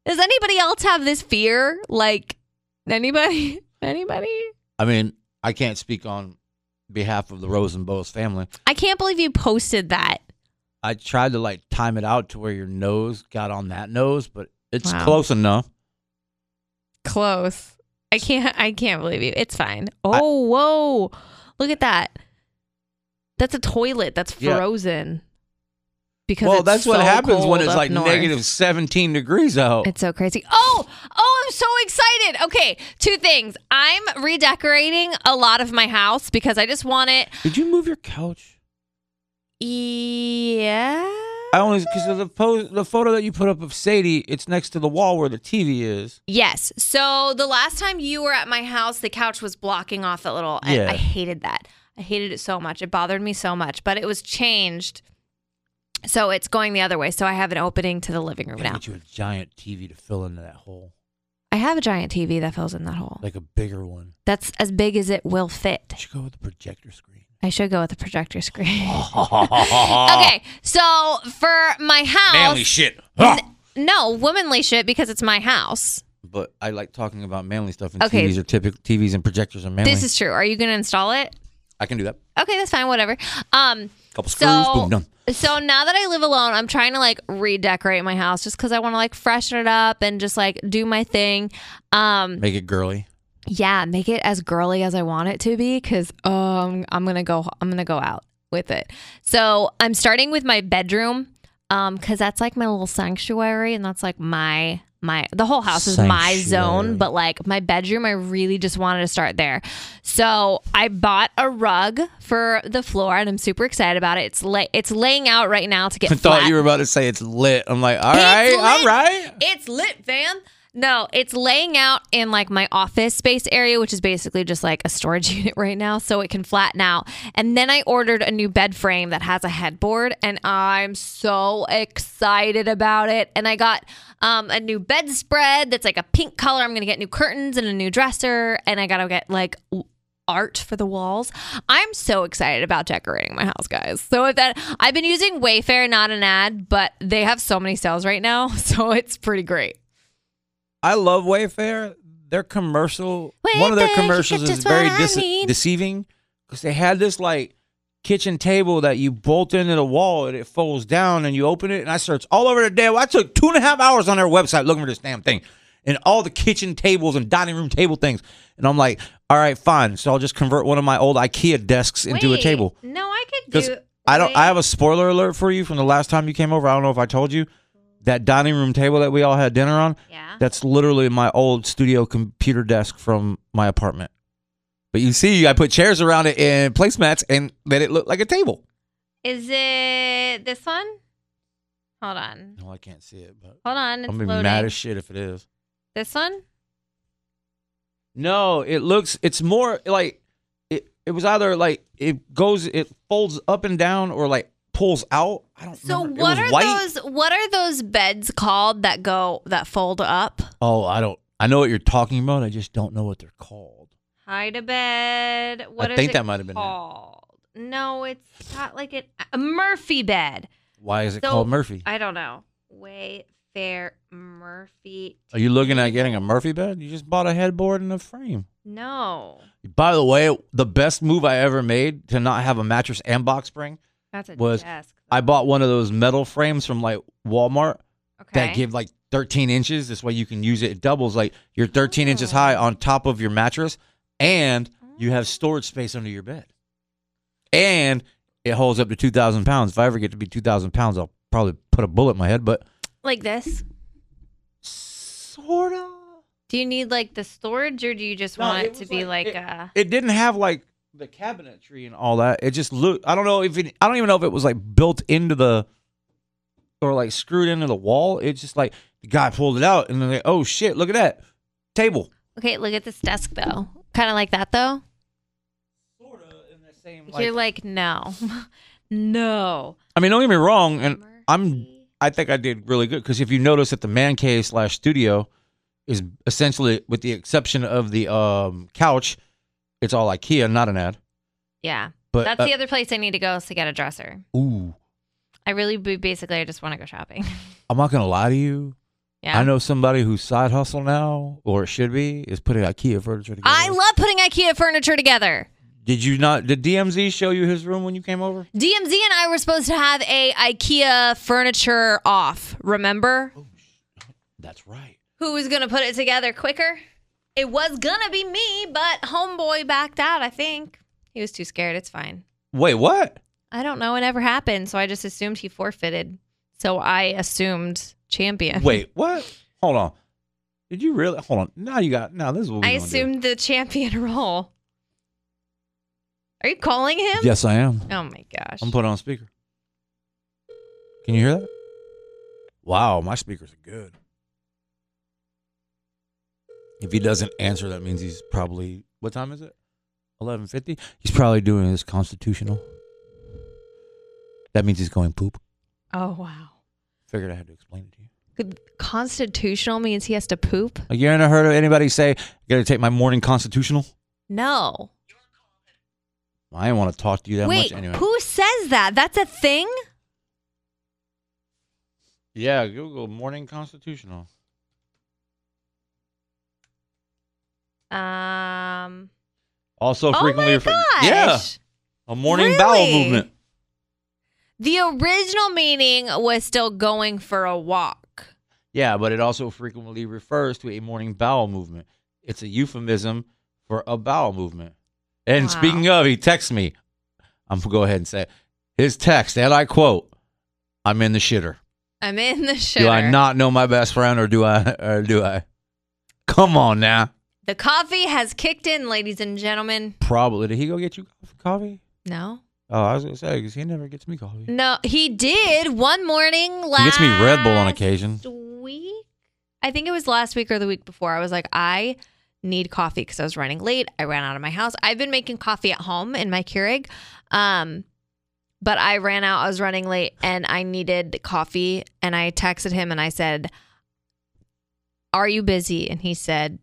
Does anybody else have this fear? Like anybody? Anybody?
I mean, I can't speak on behalf of the Rosenbos family.
I can't believe you posted that.
I tried to like time it out to where your nose got on that nose, but it's
Wow.
close enough.
Close. I can't I can't believe you. It's fine. Oh, whoa. Look at that. That's a toilet that's
Yeah.
frozen. Because
Well,
it's
that's what
so
happens
cold
when it's
up
like
north.
negative 17 degrees out.
It's so crazy. Oh, oh, I'm so excited. Okay, two things. I'm redecorating a lot of my house because I just want it
Did you move your couch?
Yeah.
I only because of the po- the photo that you put up of Sadie, it's next to the wall where the TV is.
Yes. So the last time you were at my house, the couch was blocking off that little. And
Yeah.
I hated that. I hated it so much. It bothered me so much, but it was changed. So it's going the other way. So I have an opening to the living room
Gotta
now.
Get you a giant TV to fill into that hole,
I have a giant TV that fills in that hole.
like a bigger one.
That's as big as it will fit.
You should go with the projector screen.
I should go with a projector screen. okay. So for my house.
shit. Ah.
No, womanly shit because it's my house.
But I like talking about manly stuff, and
Okay.
TVs are typical. TVs and projectors are manly.
This is true. Are you going to install it?
I can do that.
Okay, that's fine. Whatever. Um,
Couple screws,
so
boom, done.
so now that I live alone, I'm trying to like redecorate my house just because I want to like freshen it up and just like do my thing. Um,
Make it girly.
Yeah, make it as girly as I want it to be cuz um I'm going to go I'm going to go out with it. So, I'm starting with my bedroom um cuz that's like my little sanctuary and that's like my my the whole house is my zone, but like my bedroom I really just wanted to start there. So, I bought a rug for the floor and I'm super excited about it. It's lay it's laying out right now to get
I thought
flat.
you were about to say it's lit. I'm like, all
It's
right, all
lit.
right.
It's lit, fam. No, it's laying out in like my office space area, which is basically just like a storage unit right now, so it can flatten out. And then I ordered a new bed frame that has a headboard, and I'm so excited about it. And I got um, a new bedspread that's like a pink color. I'm gonna get new curtains and a new dresser, and I gotta get like w- art for the walls. I'm so excited about decorating my house, guys. So if that I've been using Wayfair, not an ad, but they have so many sales right now, so it's pretty great.
I love Wayfair. Their commercial, one of
Wayfair,
their
you
commercials
got
is
just
very
what I
dis-
need.
deceiving because they had this like kitchen table that you bolt into the wall and it folds down and you open it. And I searched all over the day. I took two and a half hours on their website looking for this damn thing and all the kitchen tables and dining room table things. And I'm like, all right, fine. So I'll just convert one of my old IKEA desks into a
Wait,
table.
No, I could
Because
do.
I don't.
wait.
I have a spoiler alert for you from the last time you came over. I don't know if I told you that dining room table that we all had dinner on.
Yeah.
That's literally my old studio computer desk from my apartment. But you see, I put chairs around it and placemats and let it look like a table.
Is it this one? Hold on.
No, I can't see it, but
Hold on. It's
I'm gonna be
loading.
mad as shit if it is.
this one?
No, it looks. It's more like it. It was either like it goes, it folds up and down, or like pulls out. I don't.
So
remember. It
what are
was white.
those what are those beds called that go that fold up?
Oh, I don't. I know what you're talking about. I just don't know what they're called.
Hide a bed. What is
think
it
that might have been it.
called? No, it's got like an, a Murphy bed.
Why is it
So,
called Murphy?
I don't know. Wayfair Murphy.
Are you looking at getting a Murphy bed? You just bought a headboard and a frame.
No,
By the way, the best move I ever made to not have a mattress and box spring,
that's a
Was-
desk.
I bought one of those metal frames from like Walmart
Okay.
that give like 13 inches. This way you can use it. It doubles like you're 13 inches high on top of your mattress, and you have storage space under your bed. And it holds up to 2,000 pounds. If I ever get to be 2,000 pounds, I'll probably put a bullet in my head, but
like this.
sort of.
Do you need like the storage, or do you just
No,
want it,
was
to be like,
it,
a?
It didn't have like the cabinetry and all that. It just looked. I don't know if it, I don't even know if it was like built into the or like screwed into the wall. It's just like the guy pulled it out and then like, oh shit, look at that table.
Okay, look at this desk though. Kind of like that though.
Sort of in the same.
You're like, no, no.
I mean, don't get me wrong, and I'm. I think I did really good because if you notice that the man cave slash studio is essentially, with the exception of the um couch, it's all IKEA, not an ad.
Yeah,
But
that's
uh,
the other place I need to go is to get a dresser.
ooh,
I really, basically, I just want to go shopping.
I'm not gonna lie to you.
yeah,
I know somebody whose side hustle now, or it should be, is putting IKEA furniture together.
I love putting IKEA furniture together.
Did you not? Did DMZ show you his room when you came over?
DMZ and I were supposed to have a IKEA furniture off. Remember?
Oh, That's right.
Who was gonna put it together quicker? It was gonna be me, but homeboy backed out. I think he was too scared. It's fine.
Wait, what?
I don't know. It never happened, so I just assumed he forfeited. So I assumed champion.
Wait, what? Hold on. Did you really? Hold on. Now you got. Now this is what we
I
gonna do.
assumed the champion role. Are you calling him?
Yes, I am.
Oh my gosh.
I'm putting on speaker. Can you hear that? Wow, my speakers are good. If he doesn't answer, that means he's probably what time is it? Eleven fifty. He's probably doing his constitutional. That means he's going poop.
oh wow.
Figured I had to explain it to you.
Constitutional means he has to poop.
Like you ain't heard of anybody say, "Gotta take my morning constitutional."
No.
I didn't want to talk to you that
Wait,
much anyway.
who says that? That's a thing?
Yeah, Google morning constitutional.
Um.
Also
oh
frequently
my
referred.
gosh!
Yeah, a morning bowel
Really?
movement.
The original meaning was still going for a walk.
Yeah, but it also frequently refers to a morning bowel movement. It's a euphemism for a bowel movement. And
Wow.
speaking of, he texts me. I'm gonna go ahead and say it. his text, and I quote, "I'm in the shitter.
I'm in the shitter.
Do I not know my best friend, or do I? Or do I? Come on now.
The coffee has kicked in, ladies and gentlemen.
Probably did he go get you coffee?
No.
Oh, I was gonna say because he never gets me coffee.
No, he did one morning last
He gets me Red Bull on occasion.
Week? I think it was last week or the week before. I was like, I need coffee because I was running late. I ran out of my house. I've been making coffee at home in my Keurig. Um, but I ran out, I was running late and I needed coffee. And I texted him and I said, Are you busy? And he said,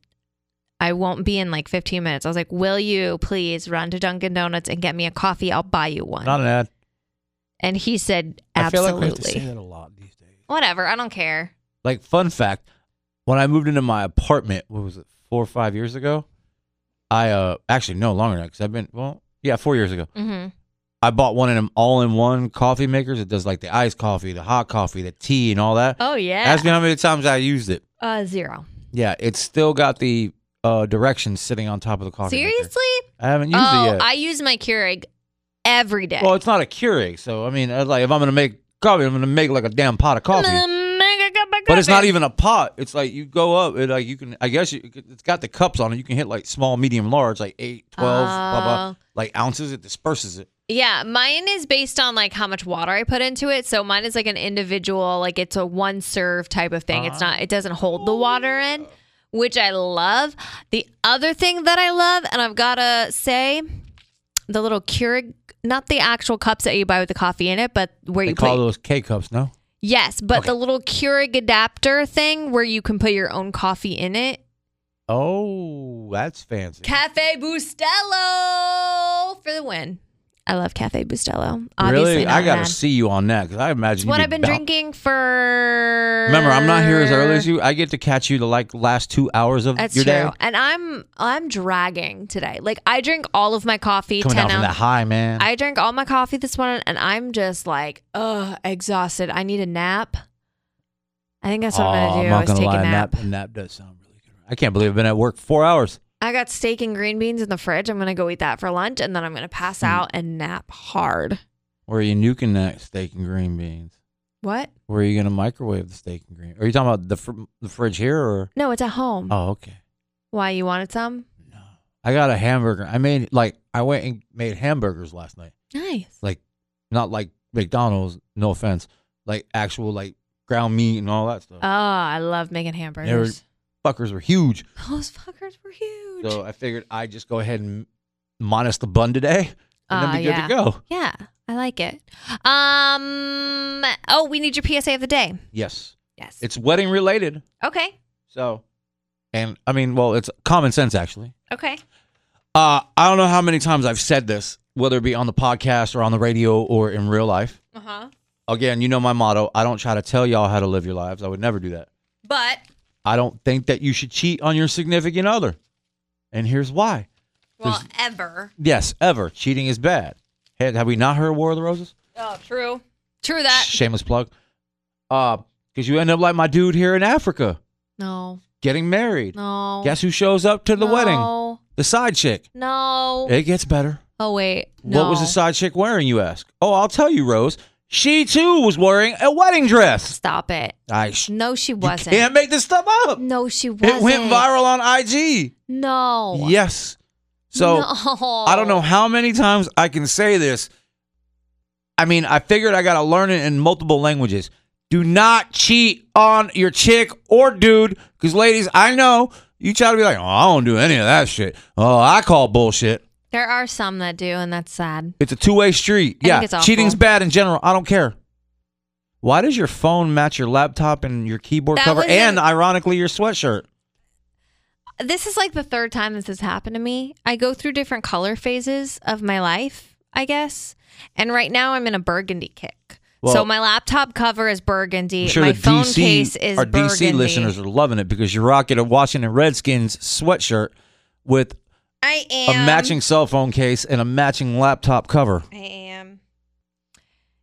I won't be in like 15 minutes. I was like, Will you please run to Dunkin' Donuts and get me a coffee? I'll buy you one.
Not an ad.
And he said,
I feel like we have to say
absolutely.
that a lot these days.
Whatever. I don't care.
Like fun fact, when I moved into my apartment, what was it, four or five years ago? I uh actually no longer now because I've been well yeah four years ago.
Mm-hmm.
I bought one of them all-in-one coffee makers. It does like the iced coffee, the hot coffee, the tea, and all that.
Oh, yeah.
Ask me how many times I used it.
uh, zero.
Yeah, it's still got the uh directions sitting on top of the coffee. maker.
Seriously?
I haven't used it
Oh,
yet.
I use my Keurig every day.
well, it's not a Keurig, so I mean, I- like if I'm gonna make coffee, I'm gonna make like a damn pot of coffee.
Mm, Mega cup of
But it's not
coffee.
even a pot. It's like you go up, it like you can. I guess you, it's got the cups on it. You can hit like small, medium, large, like eight, twelve, blah blah,
Oh.
like ounces. It disperses it.
Yeah, mine is based on like how much water I put into it. So mine is like an individual, like it's a one serve type of thing. It's not, it doesn't hold the water in, which I love. The other thing that I love, and I've got to say, the little Keurig, not the actual cups that you buy with the coffee in it, but where
They
you
call
put
those K cups, no?
Yes, but the little Keurig adapter thing where you can put your own coffee in it.
Oh, that's fancy.
Cafe Bustelo for the win. I love Cafe Bustelo. Obviously,
really,
not
I gotta
an ad.
see you on that because I imagine
It's
you'd
what
be
I've been
bout-
drinking for.
Remember, I'm not here as early as you. I get to catch you the like last two hours of
That's
your
true,
day.
and I'm I'm dragging today. Like I drink all of my coffee.
Coming
10
down from that
ounce.
high, man.
I drank all my coffee this morning, and I'm just like, ugh, exhausted. I need a nap. I think that's what I'm gonna do.
not
is
gonna
take
lie,
a nap.
nap. nap does sound really good. I can't believe I've been at work four hours.
I got steak and green beans in the fridge. I'm gonna go eat that for lunch, and then I'm gonna
Hmm.
pass out and nap hard.
Where are you nuking that steak and green beans?
What?
Where are you going to microwave the steak and green? Are you talking about the fr- the fridge here or?
No, it's at home.
Oh, okay.
Why you wanted some?
I got a hamburger. I made like I went and made hamburgers last night.
Nice.
Like not like McDonald's. No offense. Like actual like ground meat and all that stuff.
Oh, I love making
They were-
hamburgers.
fuckers were huge.
Those fuckers were huge.
So I figured I'd just go ahead and minus the bun today, and
Ah,
then be good
yeah.
to go.
yeah, I like it. Um. Oh, we need your PSA of the day.
Yes,
Yes.
it's wedding related.
okay.
So, and I mean, well, it's common sense actually.
Okay.
Uh, I don't know how many times I've said this, whether it be on the podcast or on the radio or in real life.
Uh huh.
Again, you know my motto. I don't try to tell y'all how to live your lives. I would never do that.
But
I don't think that you should cheat on your significant other. And here's why.
well,
There's-
ever.
Yes, ever. Cheating is bad. Had- Have we not heard War of the Roses?
Oh, true. True that.
Shameless plug. Uh, because you end up like my dude here in Africa,
No.
getting married.
No.
Guess who shows up to the wedding?
No.
The side chick.
No.
It gets better.
oh wait. No.
What was the side chick wearing, you ask? Oh, I'll tell you, Rose. She too was wearing a wedding dress.
Stop it.
I sh-
No, she
you
wasn't.
can't make this stuff up.
No, she wasn't.
It went viral on IG.
No.
Yes. So
No.
I don't know how many times I can say this. I mean, I figured I got to learn it in multiple languages. Do not cheat on your chick or dude. Because, ladies, I know you try to be like, oh, I don't do any of that shit. Oh, I call bullshit.
There are some that do, and that's sad.
It's a two way street.
I
yeah,
think it's awful.
cheating's bad in general. I don't care. Why does your phone match your laptop and your keyboard
That
cover
was in-
and, ironically, your sweatshirt?
This is like the third time this has happened to me. I go through different color phases of my life, I guess. And right now I'm in a burgundy kick. so
Well-
my laptop cover is burgundy.
I'm sure
my
the
phone
DC
case is
our
burgundy.
DC listeners are loving it because you're rocking a Washington Redskins sweatshirt with
I
a
am
matching cell phone case and a matching laptop cover.
I am.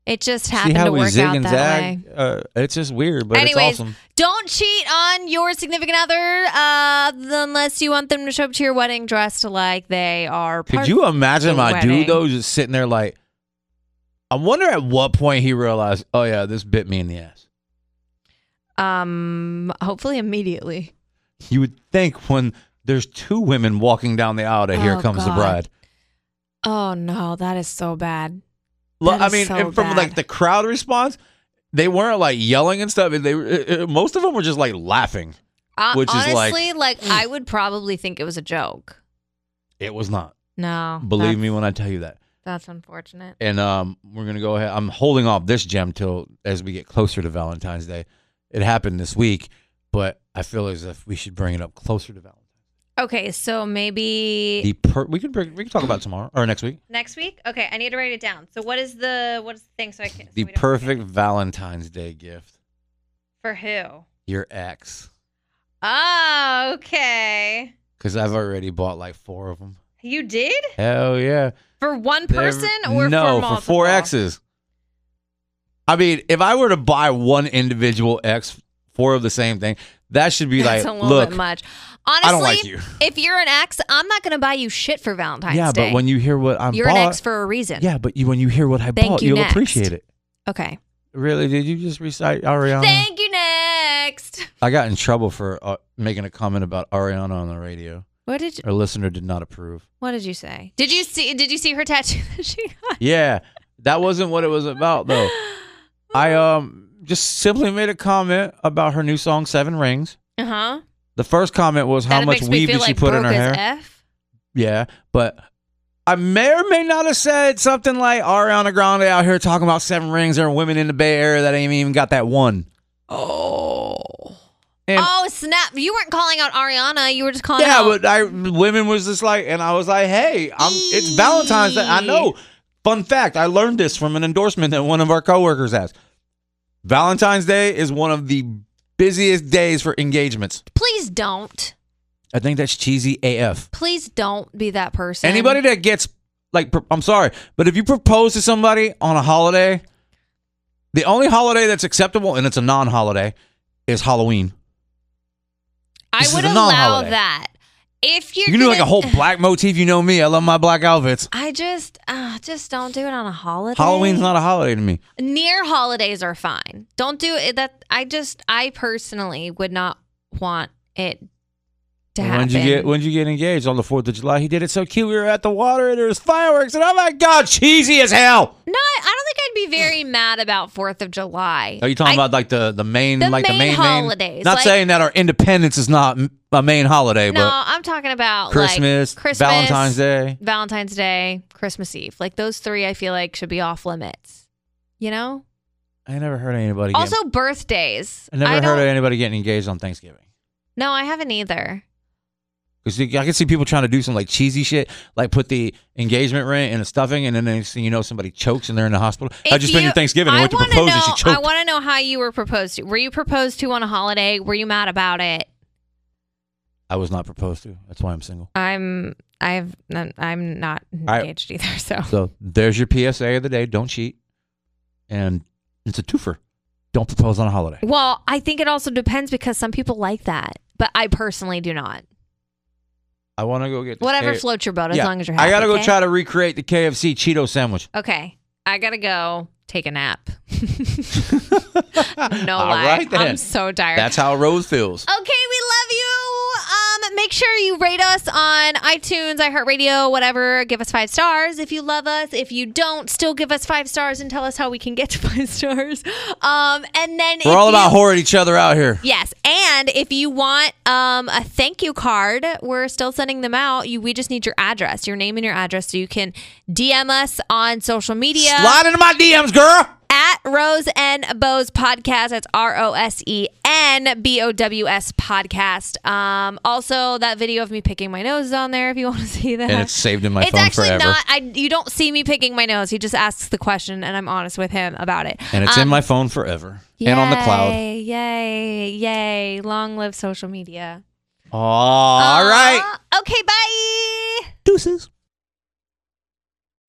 It just
See
happened
how
to
we
work
zig
out
and
that
zag?
way.
Uh, it's just weird, but
Anyways,
it's awesome.
don't cheat on your significant other uh, unless you want them to show up to your wedding dressed like they are.
Could
part
you imagine
the
my
wedding.
dude though just sitting there like I wonder at what point he realized, oh yeah, this bit me in the ass.
Um, hopefully immediately.
You would think when there's two women walking down the aisle to here
Oh,
comes the
God.
bride.
Oh no, that is so bad.
Lo-
That
I
is
mean,
so
and from
bad.
like the crowd response, they weren't like yelling and stuff. They uh, uh, most of them were just like laughing.
Uh,
Which is like-
honestly, like, I would probably think it was a joke.
It was not.
No,
Believe me
that's-
when I tell you that.
that's unfortunate.
And um, we're gonna go ahead. I'm holding off this gem till as we get closer to Valentine's Day. It happened this week, but I feel as if we should bring it up closer to Valentine's.
Okay, so maybe
The per- we can bring, we can talk about it tomorrow or next week.
next week. Okay, I need to write it down. So what is the what is the thing? So I can so
The
we don't forget?
perfect Valentine's Day gift.
for who?
Your ex,
Oh, okay.
because I've already bought like four of them.
You did
Hell yeah!
for one
They're-
person or
no
for,
for,
multiple?
four exes. I mean, if I were to buy one individual ex, four of the same thing, that should be
That's
like
a little
look.
bit much. Honestly,
I don't like you.
if you're an ex, I'm not gonna buy you shit for Valentine's
yeah,
Day.
but when you hear what I'm
you're
bought,
an ex for a reason.
Yeah, but you, when you hear what I
Thank
bought,
you
you'll
next.
appreciate it.
Okay.
Really? Did you just recite Ariana?
Thank you. Next.
I got in trouble for uh, making a comment about Ariana on the radio.
What did you,
Our listener did not approve.
what did you say? Did you see Did you see her tattoo that she got?
yeah, that wasn't what it was about though. I um just simply made a comment about her new song Seven Rings.
Uh huh.
The first comment was how
that
much
makes me
weave
feel
did she
like
put in her
broke as
hair?
F.
Yeah, but I may or may not have said something like Ariana Grande out here talking about Seven Rings and women in the Bay Area that ain't even got that one.
Oh.
And
oh snap! You weren't calling out Ariana. You were just calling
Yeah,
out.
but I women was just like, and I was like, hey, I'm, it's Valentine's Day. I know. Fun fact: I learned this from an endorsement that one of our coworkers has. Valentine's Day is one of the busiest days for engagements.
Please don't.
I think that's cheesy AF.
Please don't be that person.
Anybody that gets like, pro- I'm sorry, but if you propose to somebody on a holiday, the only holiday that's acceptable and it's a non-holiday is Halloween.
I
This is
would
a
allow
non-holiday.
that. If you're
You can do like a
gonna-
whole black motif. You know me. I love my black outfits.
I just, uh, just don't do it on a holiday.
Halloween's not a holiday to me.
near holidays are fine. Don't do it. That I just, I personally would not want it to happen.
When'd you get When'd you get engaged? On the Fourth of July. He did it so cute. We were at the water and there was fireworks and oh my god, cheesy as hell.
no, I, I don't think I'd be very mad about Fourth of July.
Are you talking
I-
about like the the main
The
like the
main
main
holidays,
Main? Not
like-
saying that our independence is not m- a main holiday,
No,
but
I'm talking about
Christmas,
like Christmas,
Valentine's Day.
Valentine's Day, Christmas Eve. Like those three, I feel like should be off limits. You know.
I never heard of anybody.
Also, birthdays.
getting, I never
don't-
heard of anybody getting engaged on Thanksgiving.
No, I haven't either.
Cause you- I can see people trying to do some like cheesy shit, like put the engagement ring in a stuffing, and then they see, you know somebody chokes and they're in the hospital. I
If
just spent
you-
your Thanksgiving. I
I
went to
wanna
propose and she
know- I
choked.
want to know how you were proposed to. Were you proposed to on a holiday? Were you mad about it?
I was not proposed to. That's why I'm single.
I'm. I've. I'm not
right.
engaged either. So
So there's your PSA of the day. Don't cheat. And it's a twofer. Don't propose on a holiday.
Well, I think it also depends because some people like that, but I personally do not.
I want to go get this
Whatever
K-
floats your boat, as
Yeah.
long as you're
I
happy.
gotta
okay?
go try to recreate the KFC Cheeto sandwich.
Okay, I gotta go take a nap. no
All
lie,
right, then.
I'm so tired.
That's how Rose feels.
Okay, we love you. Um, make sure you rate us on iTunes, iHeartRadio, whatever. Give us five stars if you love us. If you don't, still give us five stars and tell us how we can get to five stars. Um, and then
We're
if
all
you-
about whoring each other out here.
Yes, and if you want um, a thank you card, we're still sending them out. You, we just need your address, your name and your address, so you can DM us on social media
Slide into my DMs, girl.
at Rose and Bows Podcast. That's R O S E N B O W S Podcast. Um, also, that video of me picking my nose is on there if you want to see that.
And it's saved in my
It's
phone
actually
forever.
not. I you don't see me picking my nose. He just asks the question, and I'm honest with him about it.
And it's in my phone forever. And on the cloud.
Um, Yay! Yay! Yay! Long live social media.
all right.
Uh, Okay. Bye.
Deuces.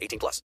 18 plus.